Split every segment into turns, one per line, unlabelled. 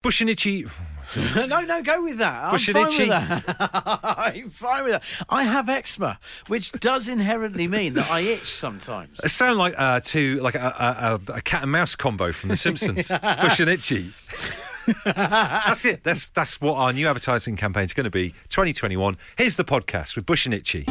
Bush and Itchy.
no, no, go with that. I'm
Pushing
fine
itchy.
with that. I'm fine with that. I have eczema, which does inherently mean that I itch sometimes.
It sound like uh, two like a, a, a, a cat and mouse combo from The Simpsons. Bush and Itchy. that's it. That's that's what our new advertising campaign is going to be. 2021. Here's the podcast with Bush and Itchy.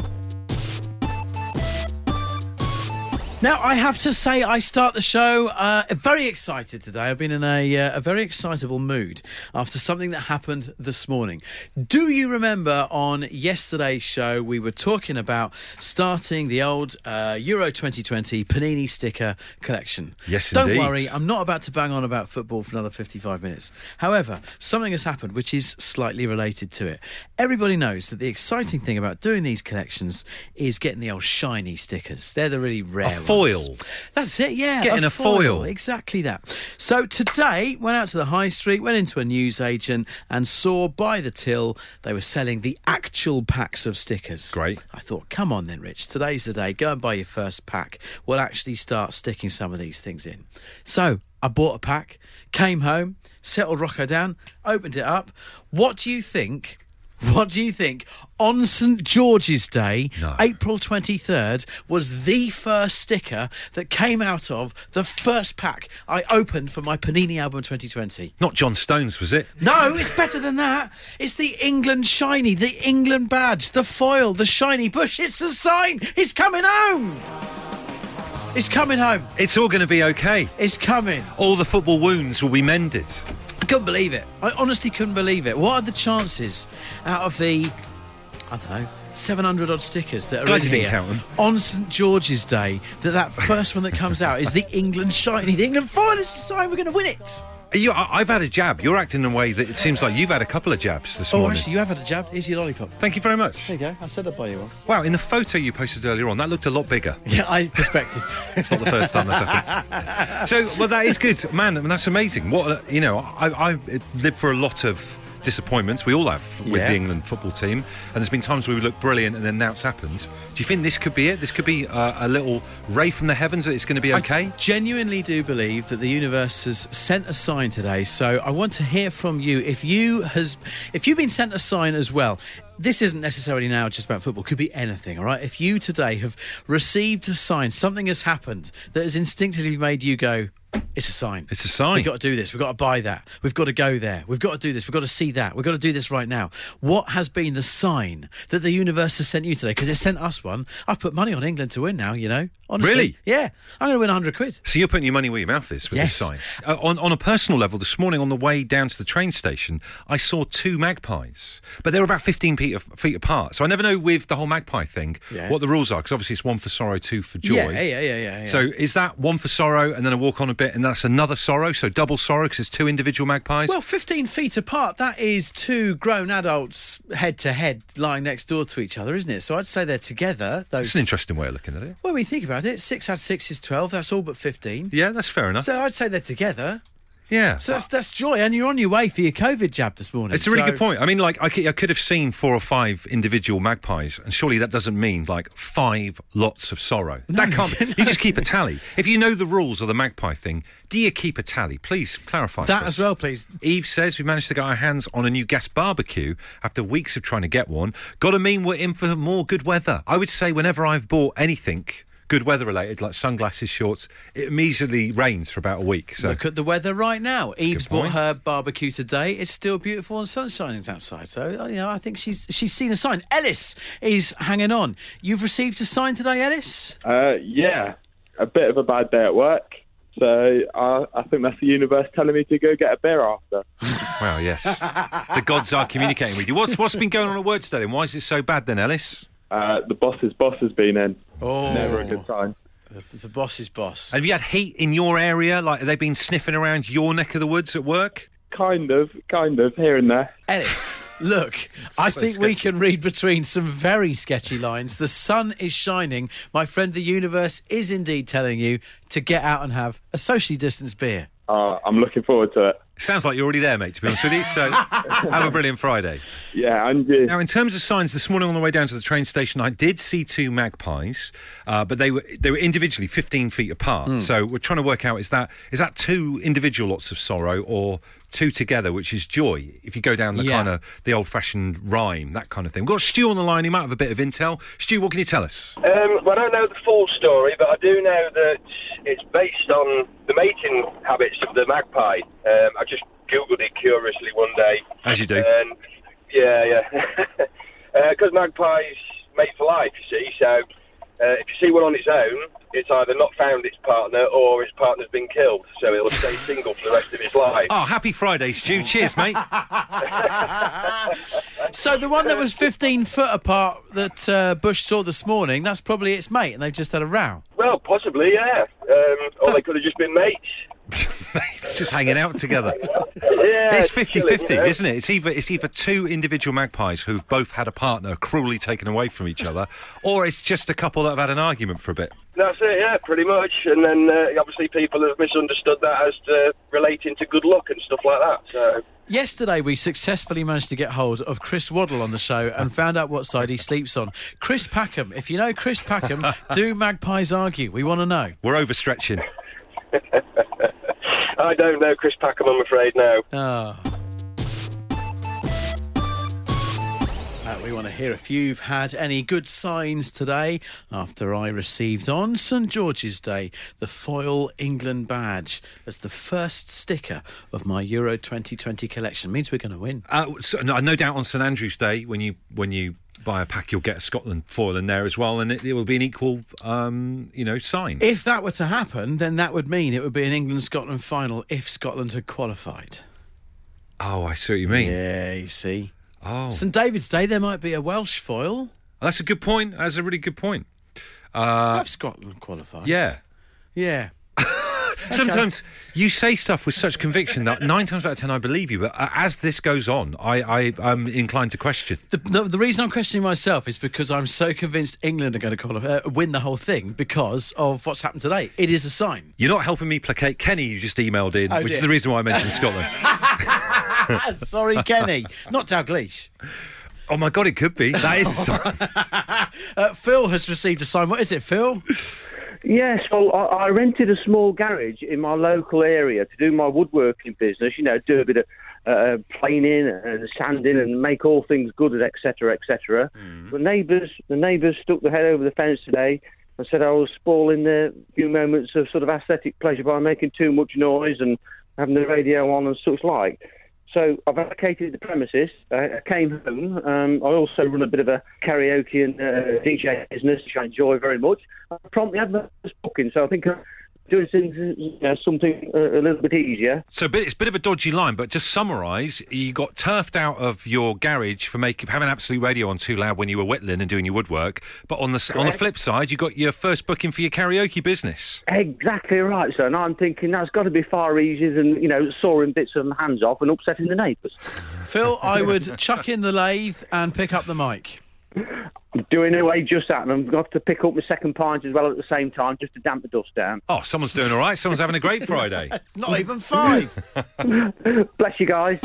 Now, I have to say, I start the show uh, very excited today. I've been in a, uh, a very excitable mood after something that happened this morning. Do you remember on yesterday's show, we were talking about starting the old uh, Euro 2020 Panini sticker collection?
Yes,
Don't
indeed.
worry, I'm not about to bang on about football for another 55 minutes. However, something has happened which is slightly related to it. Everybody knows that the exciting thing about doing these collections is getting the old shiny stickers. They're the really rare ones.
foil.
That's it, yeah.
Getting a foil.
Exactly that. So today, went out to the high street, went into a newsagent, and saw by the till they were selling the actual packs of stickers.
Great.
I thought, come on then, Rich, today's the day. Go and buy your first pack. We'll actually start sticking some of these things in. So I bought a pack, came home, settled Rocco down, opened it up. What do you think? What do you think? On St George's Day,
No.
April 23rd, was the first sticker that came out of the first pack I opened for my Panini album 2020.
Not John Stones, was it?
No, it's better than that. It's the England shiny, the England badge, the foil, the shiny bush. It's a sign. It's coming home. It's coming home.
It's all going to be okay.
It's coming.
All the football wounds will be mended.
I couldn't believe it. I honestly couldn't believe it. What are the chances out of the, I don't know, 700 odd stickers that are
Glad
in
you didn't
here
count 'em.
on St George's Day that that first one that comes out is the England shiny, the England foil. It's a sign we're going to win it.
Are You, I, I've had a jab. You're acting in a way that it seems like you've had a couple of jabs this
Oh,
morning.
actually, you have had a jab. Here's your lollipop.
Thank you very much.
There you go. I said I'd buy you one.
Wow, in the photo you posted earlier on, that looked a lot bigger.
Yeah, I perspective.
It's not the first time that's happened. So, well, that is good, man. I mean, that's amazing. What a- you know, I, I lived for a lot of disappointments. We all have with
Yeah.
the England football team, and there's been times where we look brilliant and then nout's happened. Do you think this could be it? This could be uh, a little ray from the heavens that it's going to be okay.
I genuinely do believe that the universe has sent a sign today. So I want to hear from you. If you has, if you've been sent a sign as well. This isn't necessarily now just about football, could be anything, all right? If you today have received a sign, something has happened that has instinctively made you go, it's a sign.
It's a sign.
We've got to do this. We've got to buy that. We've got to go there. We've got to do this. We've got to see that. We've got to do this right now. What has been the sign that the universe has sent you today? Because it sent us one. I've put money on England to win now, you know? Honestly.
Really?
Yeah. I'm going to win 100 quid.
So you're putting your money where your mouth is with
Yes.
this sign. Uh, on on a personal level, this morning on the way down to the train station, I saw two magpies, but they were about 15 feet, feet apart. So I never know with the whole magpie thing
Yeah.
what the rules are because obviously it's one for sorrow, two for joy.
Yeah, yeah, yeah, yeah. yeah.
So is that one for sorrow, and then I walk on a bit, and that's another sorrow? So double sorrow because it's two individual magpies.
well, 15 feet apart, that is two grown adults head to head lying next door to each other, isn't it? So I'd say they're together. Those
it's an interesting way of looking at it.
Well, when you think about it, six out of six is 12. That's all but 15.
Yeah, that's fair enough.
So I'd say they're together.
yeah,
So that's, that's joy. And you're on your way for your COVID jab this morning.
it's a really
So-
good point. I mean, like I could, I could have seen four or five individual magpies, and surely that doesn't mean like five lots of sorrow. that can't. be You just keep a tally. If you know the rules of the magpie thing, do you keep a tally? Please clarify
That
for
as
us.
well, please.
Eve says we managed to get our hands on a new gas barbecue after weeks of trying to get one. Gotta mean we're in for more good weather. I would say whenever I've bought anything good weather related, like sunglasses, shorts, it immediately rains for about a week. So
Look at the weather right now. Eve's bought
point.
her barbecue today. It's still beautiful and sunshining outside. So, uh, you know, I think she's she's seen a sign. Ellis is hanging on. You've received a sign today, Ellis?
Uh, yeah, a bit of a bad day at work. So I, I think that's the universe telling me to go get a beer after.
wow, yes, the gods are communicating with you. What's what's been going on at work today? Then why is it so bad then, Ellis?
Uh, the boss's boss has been in.
Oh,
Never a good time.
the, the boss's boss.
Have you had heat in your area? Like, have they been sniffing around your neck of the woods at work?
Kind of, kind of, here and there.
Ellis, look, I
so
think
sketchy.
we can read between some very sketchy lines. The sun is shining. My friend, the universe is indeed telling you to get out and have a socially distanced beer.
Uh, I'm looking forward to it.
Sounds like you're already there, mate. To be honest with you, so have a brilliant Friday.
Yeah, and you.
Now, in terms of signs, this morning on the way down to the train station, I did see two magpies, uh, but they were they were individually 15 feet apart. So we're trying to work out is that is that two individual lots of sorrow or two together, which is joy. If you go down the
Yeah.
kind of the old-fashioned rhyme, that kind of thing. We've got Stu on the line. He might have a bit of intel. Stu, what can you tell us?
Um, well, I don't know the full story, but I do know that it's based on the mating habits of the magpie. Um, I just googled it curiously one day.
As you do.
And yeah, yeah. Because magpies mate for life, you see. So uh, if you see one on its own, it's either not found its partner or its partner's been killed. So it'll stay single for the rest of its life.
Oh, happy Friday, Stu. Cheers, mate.
So the one that was 15 foot apart that uh, Bush saw this morning, that's probably its mate, and they've just had a row.
Well, possibly, yeah. Um, or they could have just been mates.
it's just hanging out together.
Yeah,
It's
chilling,
50-50,
you know.
isn't it? It's either it's either two individual magpies who've both had a partner cruelly taken away from each other, or it's just a couple that have had an argument for a bit.
That's it, yeah, pretty much. And then uh, obviously people have misunderstood that as uh, relating to good luck and stuff like that. So
Yesterday, we successfully managed to get hold of Chris Waddle on the show and found out what side he sleeps on. Chris Packham, if you know Chris Packham, do magpies argue? We want to know.
We're overstretching.
I don't know Chris Packham, I'm afraid, no.
Ah. Uh, we want to hear if you've had any good signs today after I received on St George's Day the Foil England badge as the first sticker of my Euro 2020 collection. Means we're going to win.
Uh, so, no, no doubt on St Andrew's Day, when you when you buy a pack, you'll get a Scotland foil in there as well, and it, it will be an equal, um, you know, sign.
If that were to happen, then that would mean it would be an England Scotland final if Scotland had qualified.
oh, I see what you mean.
Yeah, you see.
Oh,
St David's Day, there might be a Welsh foil.
that's a good point. That's a really good point.
Have Scotland qualified?
Uh, Yeah.
Yeah.
Sometimes you say stuff with such conviction that nine times out of ten I believe you, but uh, as this goes on, I, I I'm inclined to question.
The, the, the reason I'm questioning myself is because I'm so convinced England are going to call, uh, win the whole thing because of what's happened today. It is a sign.
You're not helping me placate Kenny. You just emailed in,
Oh,
which is
dear.
the reason why I mentioned Scotland. Ah,
Sorry, Kenny. Not Dalgleish.
oh my god, it could be. That is. a sign.
Uh, Phil has received a sign. What is it, Phil?
Yes, well, I, I rented a small garage in my local area to do my woodworking business. You know, do a bit of uh, planing and sanding and make all things good, etc., etc. The neighbours, the neighbours stuck their head over the fence today and said I was spoiling their few moments of sort of aesthetic pleasure by making too much noise and having the radio on and such like. So I've vacated the premises. I I came home. Um, I also run a bit of a karaoke and uh, DJ business, which I enjoy very much. I promptly had my first booking, so I think I'm doing things, you know, something uh, a little bit easier.
so bit, it's a bit of a dodgy line, but just summarise. You got turfed out of your garage for making having absolute radio on too loud when you were whittling and doing your woodwork. But on the s on the flip side, you got your first booking for your karaoke business.
Exactly right, sir. And I'm thinking that's got to be far easier than, you know, sawing bits of hands off and upsetting the neighbours.
Phil, I would chuck in the lathe and pick up the mic.
I'm doing away just that, and I've got to pick up my second pint as well at the same time just to damp the dust down.
Oh, someone's doing all right. Someone's having a great Friday.
It's Not even five.
Bless you guys.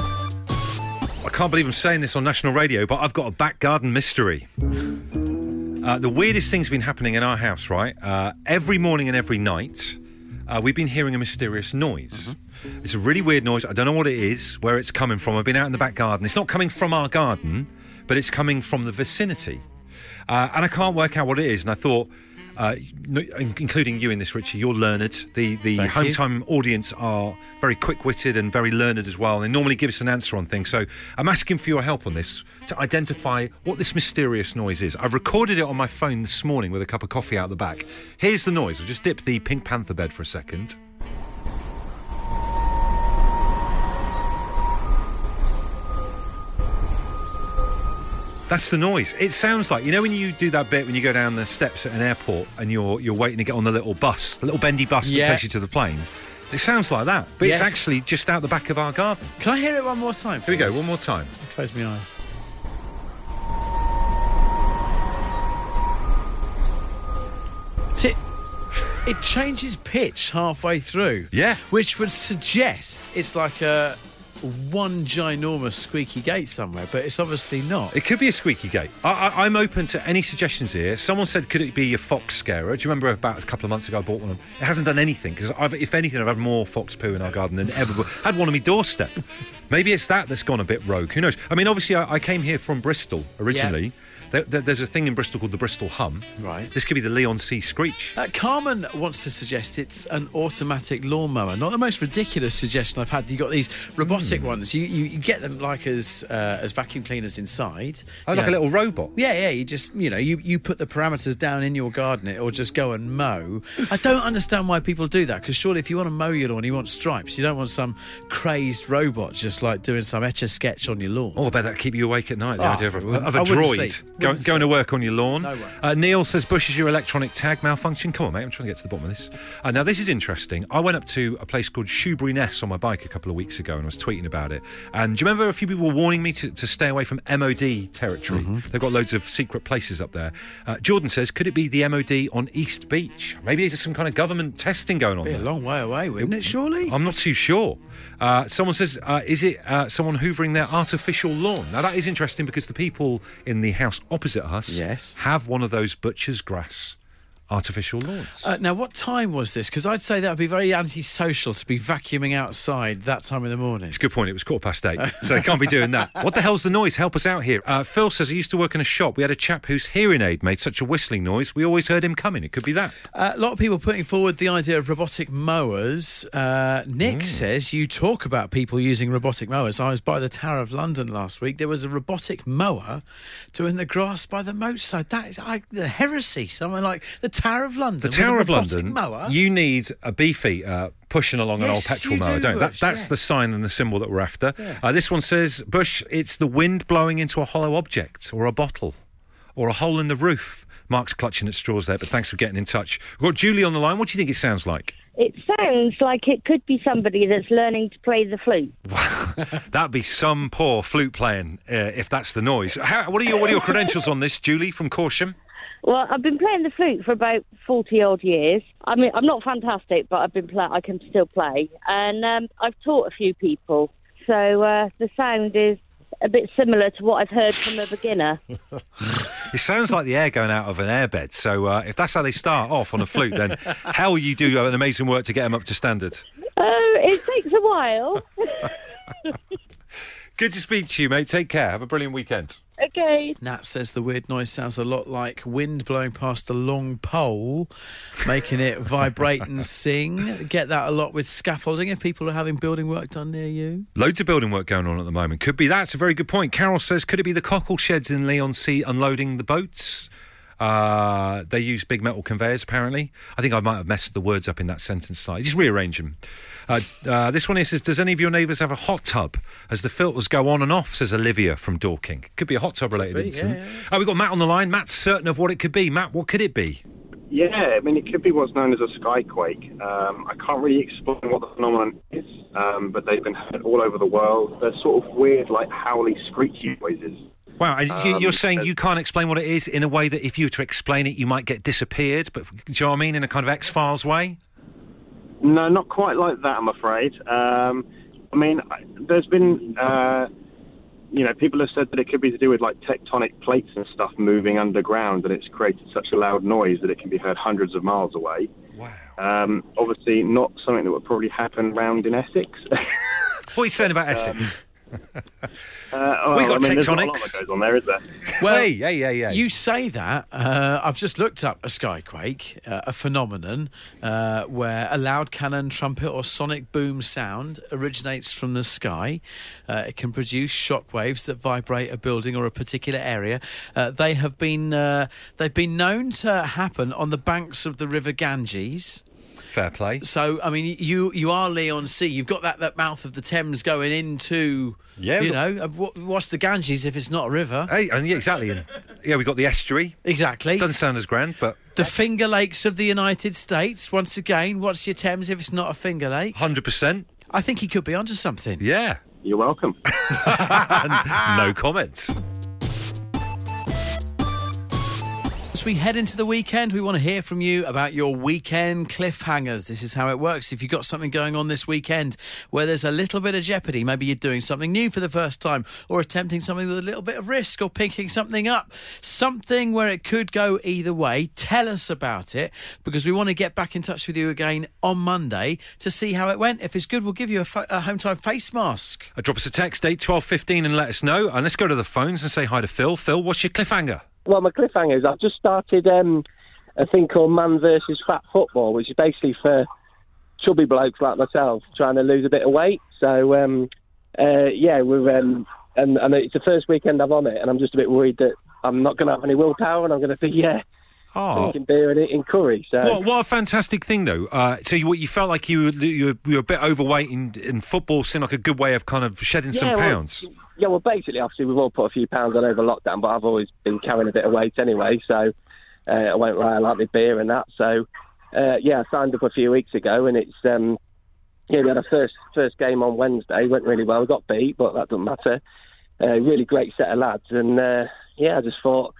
I can't believe I'm saying this on national radio, but I've got a back garden mystery. Uh, the weirdest thing's been happening in our house, right? Uh, every morning and every night, uh, we've been hearing a mysterious noise.
Mm-hmm.
It's a really weird noise. I don't know what it is, where it's coming from. I've been out in the back garden. It's not coming from our garden, but it's coming from the vicinity. Uh, and I can't work out what it is. And I thought, uh, no- in- including you in this, Richie, you're learned. The, the
Thank
home
you.
time audience are very quick witted and very learned as well. They normally give us an answer on things. So I'm asking for your help on this to identify what this mysterious noise is. I've recorded it on my phone this morning with a cup of coffee out the back. Here's the noise. I'll just dip the Pink Panther bed for a second. That's the noise. It sounds like you know when you do that bit when you go down the steps at an airport and you're you're waiting to get on the little bus, the little bendy bus
Yeah.
that takes you to the plane. It sounds like that, but
Yes.
it's actually just out the back of our garden.
Can I hear it one more time?
Here we go, one more time.
Close my eyes. See, it changes pitch halfway through.
Yeah.
Which would suggest it's like a one ginormous squeaky gate somewhere, but it's obviously not.
It could be a squeaky gate. I, I, I'm open to any suggestions here. Someone said, could it be a fox scarer? Do you remember about a couple of months ago I bought one? It hasn't done anything because, if anything, I've had more fox poo in our garden than ever. But had one on my doorstep. Maybe it's that that's gone a bit rogue. Who knows? I mean, obviously, I, I came here from Bristol originally. There, there- there's a thing in Bristol called the Bristol Hum.
Right.
This could be the Leon C. Screech.
Uh, Carmen wants to suggest it's an automatic lawnmower. Not the most ridiculous suggestion I've had. You got these
Hmm.
robotic ones. You, you you get them like as uh, as vacuum cleaners inside.
Oh,
you
like a
know.
little robot.
Yeah, yeah. You just you know you, you put the parameters down in your garden. It will just go and mow. I don't understand why people do that because surely if you want to mow your lawn, you want stripes. You don't want some crazed robot just like doing some etch a sketch on your lawn.
Oh, I bet that keep you awake at night. The
Ah,
idea of a,
I wouldn't-
of a
I wouldn't
droid
sleep.
go,
Wouldn't
going to work on your lawn.
No way.
Uh, Neil says, "Bush is your electronic tag malfunction." Come on, mate. I'm trying to get to the bottom of this. Uh, now, this is interesting. I went up to a place called Shoebury Ness on my bike a couple of weeks ago, and I was tweeting about it. And do you remember a few people were warning me to, to stay away from MOD territory?
Mm-hmm.
They've got loads of secret places up there. Uh, Jordan says, "Could it be the MOD on East Beach? Maybe there's some kind of government testing going on."
Be a
there.
long way away, wouldn't it? Surely.
I'm not too sure. Uh, someone says, uh, is it uh, someone hoovering their artificial lawn? Now, that is interesting because the people in the house opposite us
Yes.
have one of those butcher's grass artificial lawns.
Uh, now, what time was this? Because I'd say that would be very antisocial to be vacuuming outside that time in the morning.
it's a good point. It was quarter past eight, so they can't be doing that. What the hell's the noise? Help us out here. Uh, Phil says he used to work in a shop. We had a chap whose hearing aid made such a whistling noise. We always heard him coming. It could be that.
Uh, a lot of people putting forward the idea of robotic mowers. Uh, Nick
Mm.
says you talk about people using robotic mowers. I was by the Tower of London last week. There was a robotic mower doing the grass by the moatside. That is I, the heresy. Somewhere like the Tower of London.
The
with a
Tower of
robotic
London.
Mower.
You need a beefeater pushing along an old
Yes,
petrol
you
mower,
do,
don't you? That,
Bush,
that's
yes.
the sign and the symbol that we're after. Uh, this one says, Bush, it's the wind blowing into a hollow object or a bottle or a hole in the roof. Mark's clutching at straws there, but thanks for getting in touch. We've got Julie on the line. What do you think it sounds like?
It sounds like it could be somebody that's learning to play the flute.
That'd be some poor flute playing uh, if that's the noise. How, what, are your, what are your credentials on this, Julie from Corsham?
Well, I've been playing the flute for about 40 odd years. I mean, I'm not fantastic, but I've been play- I can still play. And um, I've taught a few people. So uh, the sound is a bit similar to what I've heard from a beginner.
It sounds like the air going out of an airbed. So uh, if that's how they start off on a flute, then hell, you do an amazing work to get them up to standard.
Oh, it takes a while.
Good to speak to you, mate. Take care. Have a brilliant weekend.
okay.
Nat says the weird noise sounds a lot like wind blowing past a long pole, making it vibrate and sing. Get that a lot with scaffolding if people are having building work done near you.
Loads of building work going on at the moment. Could be that's a very good point. Carol says, could it be the cockle sheds in Leon Sea unloading the boats? Uh, they use big metal conveyors, apparently. I think I might have messed the words up in that sentence slightly. Just rearrange them. Uh, uh, this one here says, Does any of your neighbours have a hot tub as the filters go on and off? Says Olivia from Dorking. Could be a hot tub related incident. Uh, we've got Matt on the line. Matt's certain of what it could be. Matt, what could it be?
Yeah, I mean, it could be what's known as a skyquake. Um, I can't really explain what the phenomenon is, um, but they've been heard all over the world. They're sort of weird, like howly, screechy noises.
Wow, and you,
Um,
you're saying
uh,
you can't explain what it is in a way that if you were to explain it, you might get disappeared. But do you know what I mean? In a kind of X Files way.
No, not quite like that, I'm afraid. Um, I mean, I- there's been, uh, you know, people have said that it could be to do with like tectonic plates and stuff moving underground, and it's created such a loud noise that it can be heard hundreds of miles away.
Wow.
Um, obviously, not something that would probably happen round in Essex.
What are you saying about Essex?
Uh,
We got
I mean, there's not a lot
tectonics.
that goes on there, is there?
Well,
hey, yeah, yeah, yeah.
You say that. Uh, I've just looked up a skyquake, uh, a phenomenon uh, where a loud cannon, trumpet, or sonic boom sound originates from the sky. Uh, it can produce shock waves that vibrate a building or a particular area. Uh, they have been uh, they've been known to happen on the banks of the River Ganges.
Fair play.
So, I mean, you you are Leon C. You've got that, that mouth of the Thames going into,
Yeah,
you
we've got-
know, uh, what, what's the Ganges if it's not a river?
Hey, and yeah, exactly. And, yeah, we got the estuary.
Exactly.
Doesn't sound as grand, but
The Finger Lakes of the United States. Once again, what's your Thames if it's not a Finger Lake?
100%.
I think he could be onto something.
Yeah.
You're welcome.
Uh, And no comments.
as we head into the weekend, we want to hear from you about your weekend cliffhangers. This is how it works. If you've got something going on this weekend where there's a little bit of jeopardy, maybe you're doing something new for the first time or attempting something with a little bit of risk or picking something up, something where it could go either way, tell us about it because we want to get back in touch with you again on Monday to see how it went. If it's good, we'll give you a, fa- a home time face mask.
Uh, drop us a text, 81215, and let us know. And let's go to the phones and say hi to Phil. Phil, what's your cliffhanger?
Well, my cliffhanger is I've just started um, a thing called Man versus Fat Football, which is basically for chubby blokes like myself trying to lose a bit of weight. So, um, uh, yeah, we're um, and, and it's the first weekend I'm on it, and I'm just a bit worried that I'm not going to have any willpower, and I'm going to be yeah,
Oh.
drinking beer and eating curry. So,
What, what a fantastic thing, though. Uh, so you, what, you felt like you, were- you, were, you were a bit overweight, and, and football seemed like a good way of kind of shedding some
Yeah, well,
pounds.
yeah, well, basically, obviously, we've all put a few pounds on over lockdown, but I've always been carrying a bit of weight anyway, so uh, I won't lie, I like my beer and that. So, uh, yeah, I signed up a few weeks ago, and it's um, yeah, we had our first first game on Wednesday, went really well, we got beat, but that doesn't matter. Uh, really great set of lads, and uh, yeah, I just thought,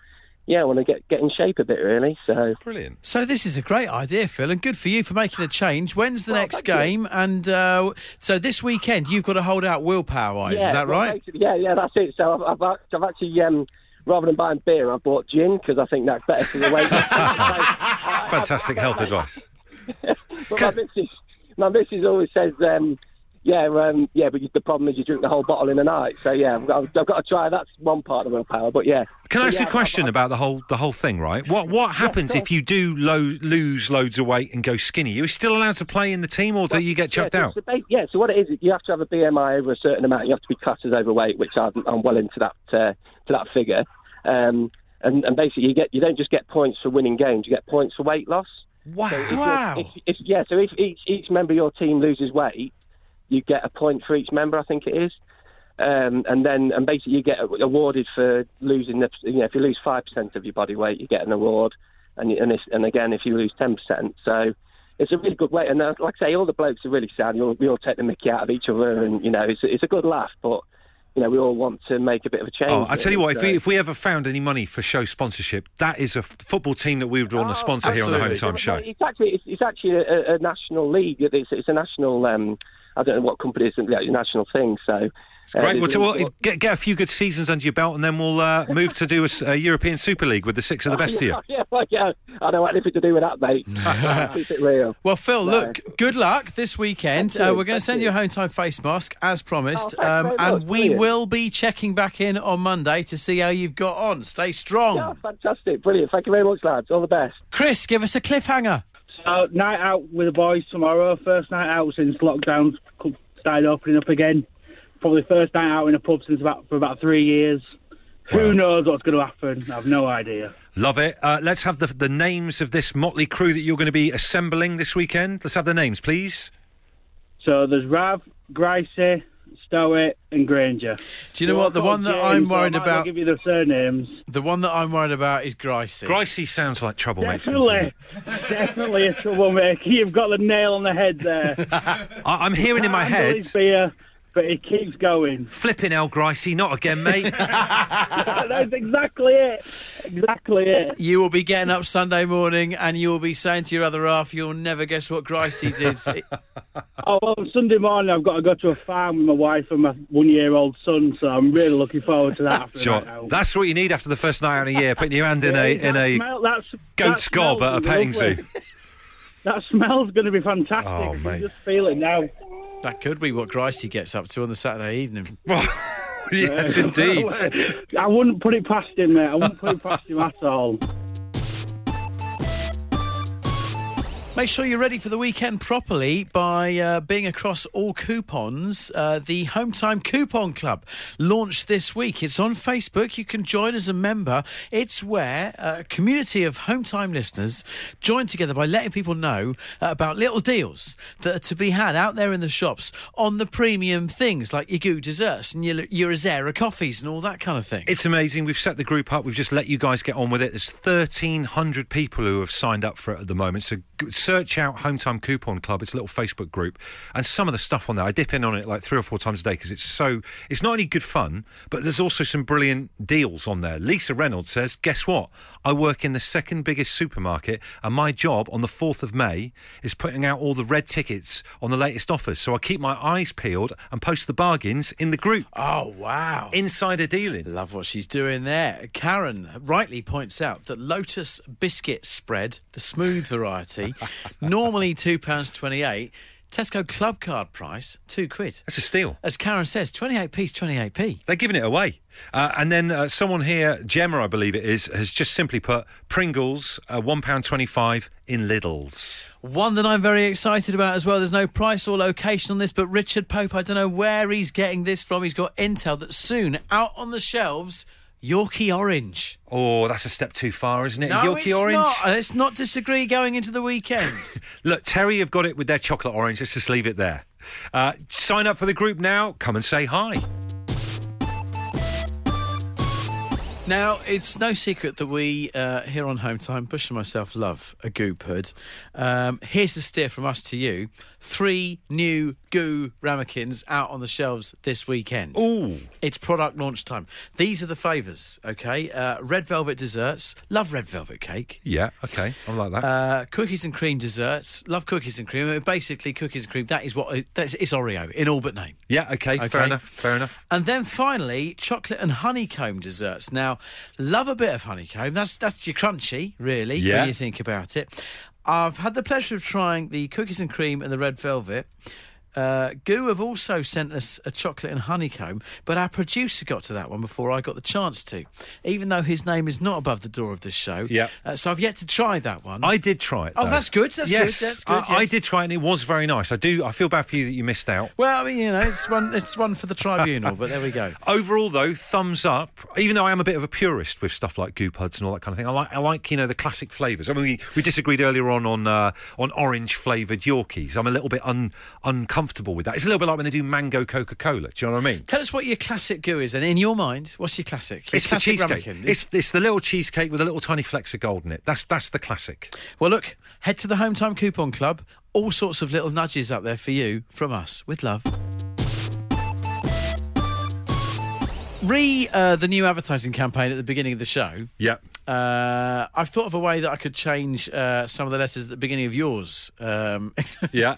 yeah, I want to get get in shape a bit, really. So,
Brilliant.
So this is a great idea, Phil, and good for you for making a change. When's the next game? And uh, so this weekend you've got to hold out willpower-wise.
yeah,
is that
well,
right?
basically, Yeah, yeah, that's it. So I've, I've, act- I've actually, um, rather than buying beer, I bought gin because I think that's better for the weight.
Fantastic health advice.
But my missus, my missus always says, um, yeah, um, yeah, but the problem is you drink the whole bottle in a night. So yeah, I've got, I've got to try. That's one part of the willpower. But yeah,
Can I ask
yeah,
you a question about the whole the whole thing? Right, what what happens if you do lo- lose loads of weight and go skinny? Are you still allowed to play in the team, or do you get chucked
yeah,
out?
So, so ba- yeah, so what it is, you have to have a BMI over a certain amount. You have to be classed as overweight, which I'm, I'm well into that uh, to that figure. Um, and, and basically, you get you don't just get points for winning games; you get points for weight loss.
Wow.
Wow.
If, if, yeah, so if each, each member of your team loses weight, you get a point for each member, I think it is. Um, and then, and basically, you get awarded for losing the. You know, if you lose five percent of your body weight, you get an award, and you, and, if, and again, if you lose ten percent, so it's a really good way. And uh, like I say, all the blokes are really sound. You all, we all take the mickey out of each other, and you know, it's it's a good laugh. But you know, we all want to make a bit of a change.
Oh, I tell you what,
really,
if
so-
we, if we ever found any money for show sponsorship, that is a f- football team that we would want
Oh.
to sponsor here on the
absolutely.
Home Time Show.
Well, It's actually it's, it's actually a, a national league. It's, it's a national. Um, I don't know what company it's yeah, a national thing. So uh,
Great.
there's
Well,
a-
t- well, get, get a few good seasons under your belt, and then we'll uh, move to do a, s- a European Super League with the six
Oh,
of the best of you.
yeah, well, yeah. I don't want anything to do with that, mate. Keep it real.
Well, Phil, look, good luck this weekend.
Thank you,
Uh, we're going to
thank
send you a home time face mask as promised, um,
Oh, thanks very
and
much,
we
brilliant.
will be checking back in on Monday to see how you've got on. Stay strong,
Yeah, fantastic, brilliant. Thank you very much, lads. All the best.
Chris. Give us a cliffhanger.
So, Uh, night out with the boys tomorrow. First night out since lockdowns co- started opening up again. Probably first night out in a pub since about for about three years.
Wow.
Who knows what's going to happen? I've no idea.
Love it. Uh, let's have the, the names of this motley crew that you're going to be assembling this weekend. Let's have the names, please.
So there's Rav, Gracie, Stowett, and Granger.
Do you know what? The one that I'm worried about.
I'll give you the surnames.
The one that I'm worried about is Gricey.
Gricey sounds like trouble, mate. to be honest with you.
Definitely, definitely a troublemaker. You've got the nail on the head there.
I- I'm hearing in my
Handle
head,
his beer, but he keeps going.
flipping El Gricey, not again, mate.
That's exactly it. Exactly it.
You will be getting up Sunday morning and you will be saying to your other half, you'll never guess what Gricey did.
Oh, well, on Sunday morning, I've got to go to a farm with my wife and my one year old son, so I'm really looking forward to that. after
Sure.
that now.
That's what you need after the first night out of a year, putting your hand in a in
That
a
smell- that's- that
goat's gob at a
smells
petting
lovely.
zoo.
That smells going to be fantastic.
Oh,
I can
mate.
just feel it now.
that could be what Gricey gets up to on the Saturday evening.
yes, indeed.
I wouldn't put it past him, mate. I wouldn't put it past him at all.
Make sure you're ready for the weekend properly by uh, being across all coupons. Uh, the Home Time Coupon Club launched this week. It's on Facebook. You can join as a member. It's where uh, a community of Home Time listeners join together by letting people know uh, about little deals that are to be had out there in the shops on the premium things like your goo desserts and your, your Azera coffees and all that kind of thing.
It's amazing. We've set the group up. We've just let you guys get on with it. There's 1,300 people who have signed up for it at the moment. So g- search out Hometime Coupon Club. It's a little Facebook group, and some of the stuff on there, I dip in on it like three or four times a day because it's so. It's not only good fun, but there's also some brilliant deals on there. Lisa Reynolds says, "Guess what? I work in the second biggest supermarket, and my job on the fourth of May is putting out all the red tickets on the latest offers. So I keep my eyes peeled and post the bargains in the group.
Oh, wow.
Insider dealing."
Love what she's doing there. Karen rightly points out that Lotus biscuit spread, the smooth variety, normally £2.28, Tesco Club Card price, two quid.
That's a steal.
As Karen says, 28p's 28p.
They're giving it away. Uh, and then uh, someone here, Gemma, I believe it is, has just simply put Pringles, uh, £1.25 in Lidl's.
One that I'm very excited about as well. There's no price or location on this, but Richard Pope, I don't know where he's getting this from. He's got intel that soon, out on the shelves, Yorkie Orange.
Oh, that's a step too far, isn't it?
No,
Yorkie
it's
orange.
not. Let's not disagree going into the weekend.
Look, Terry have got it with their chocolate orange. Let's just leave it there. Uh, sign up for the group now. Come and say hi.
Now, it's no secret that we uh, here on Home Time, Bush and myself love a goo pud. Um, here's a steer from us to you. Three new goo ramekins out on the shelves this weekend.
Ooh.
It's product launch time. These are the flavours, okay? Uh, red velvet desserts. Love red velvet cake.
Yeah, okay. I like that.
Uh, cookies and cream desserts. Love cookies and cream. Basically, cookies and cream. That is what that's, it's Oreo in all but name.
yeah, okay, Fair
okay.
enough. Fair enough.
And then finally, chocolate and honeycomb desserts. Now, love a bit of honeycomb. That's that's your crunchy, really,
Yeah.
when you think about it. I've had the pleasure of trying the cookies and cream and the red velvet. Uh, Goo have also sent us a chocolate and honeycomb, but our producer got to that one before I got the chance to, even though his name is not above the door of this show.
Yeah.
Uh, so I've yet to try that one.
I did try it.
Oh,
though.
that's good, that's
yes,
good, that's good,
I, I
yes.
did try it, and it was very nice. I do. I feel bad for you that you missed out.
well, I mean, you know, it's one it's one for the tribunal, but there we go.
Overall, though, thumbs up. Even though I am a bit of a purist with stuff like goop huds and all that kind of thing, I like I like you know the classic flavours. I mean, we, we disagreed earlier on on uh, on orange flavoured Yorkies. I'm a little bit un, uncomfortable with that. It's a little bit like when they do mango Coca Cola. Do you know what I mean?
Tell us what your classic goo is, and in your mind, what's your classic? Your
It's the
classic
cheesecake.
ramekin.
It's it's the little cheesecake with a little tiny flecks of gold in it. That's that's the classic.
Well, look, head to the Home Time Coupon Club. All sorts of little nudges out there for you from us with love. Re uh, the new advertising campaign at the beginning of the show.
Yeah.
Uh, I've thought of a way that I could change uh, some of the letters at the beginning of yours. Um,
Yeah.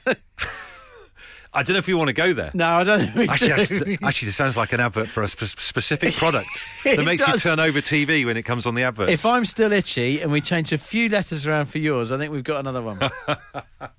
I don't know if we want to go there.
no, I don't think we
Actually, that's-
do.
actually, this sounds like an advert for a sp- specific product that
It
makes
does.
you turn over TV when it comes on the advert.
If I'm still itchy and we change a few letters around for yours, I think we've got another one.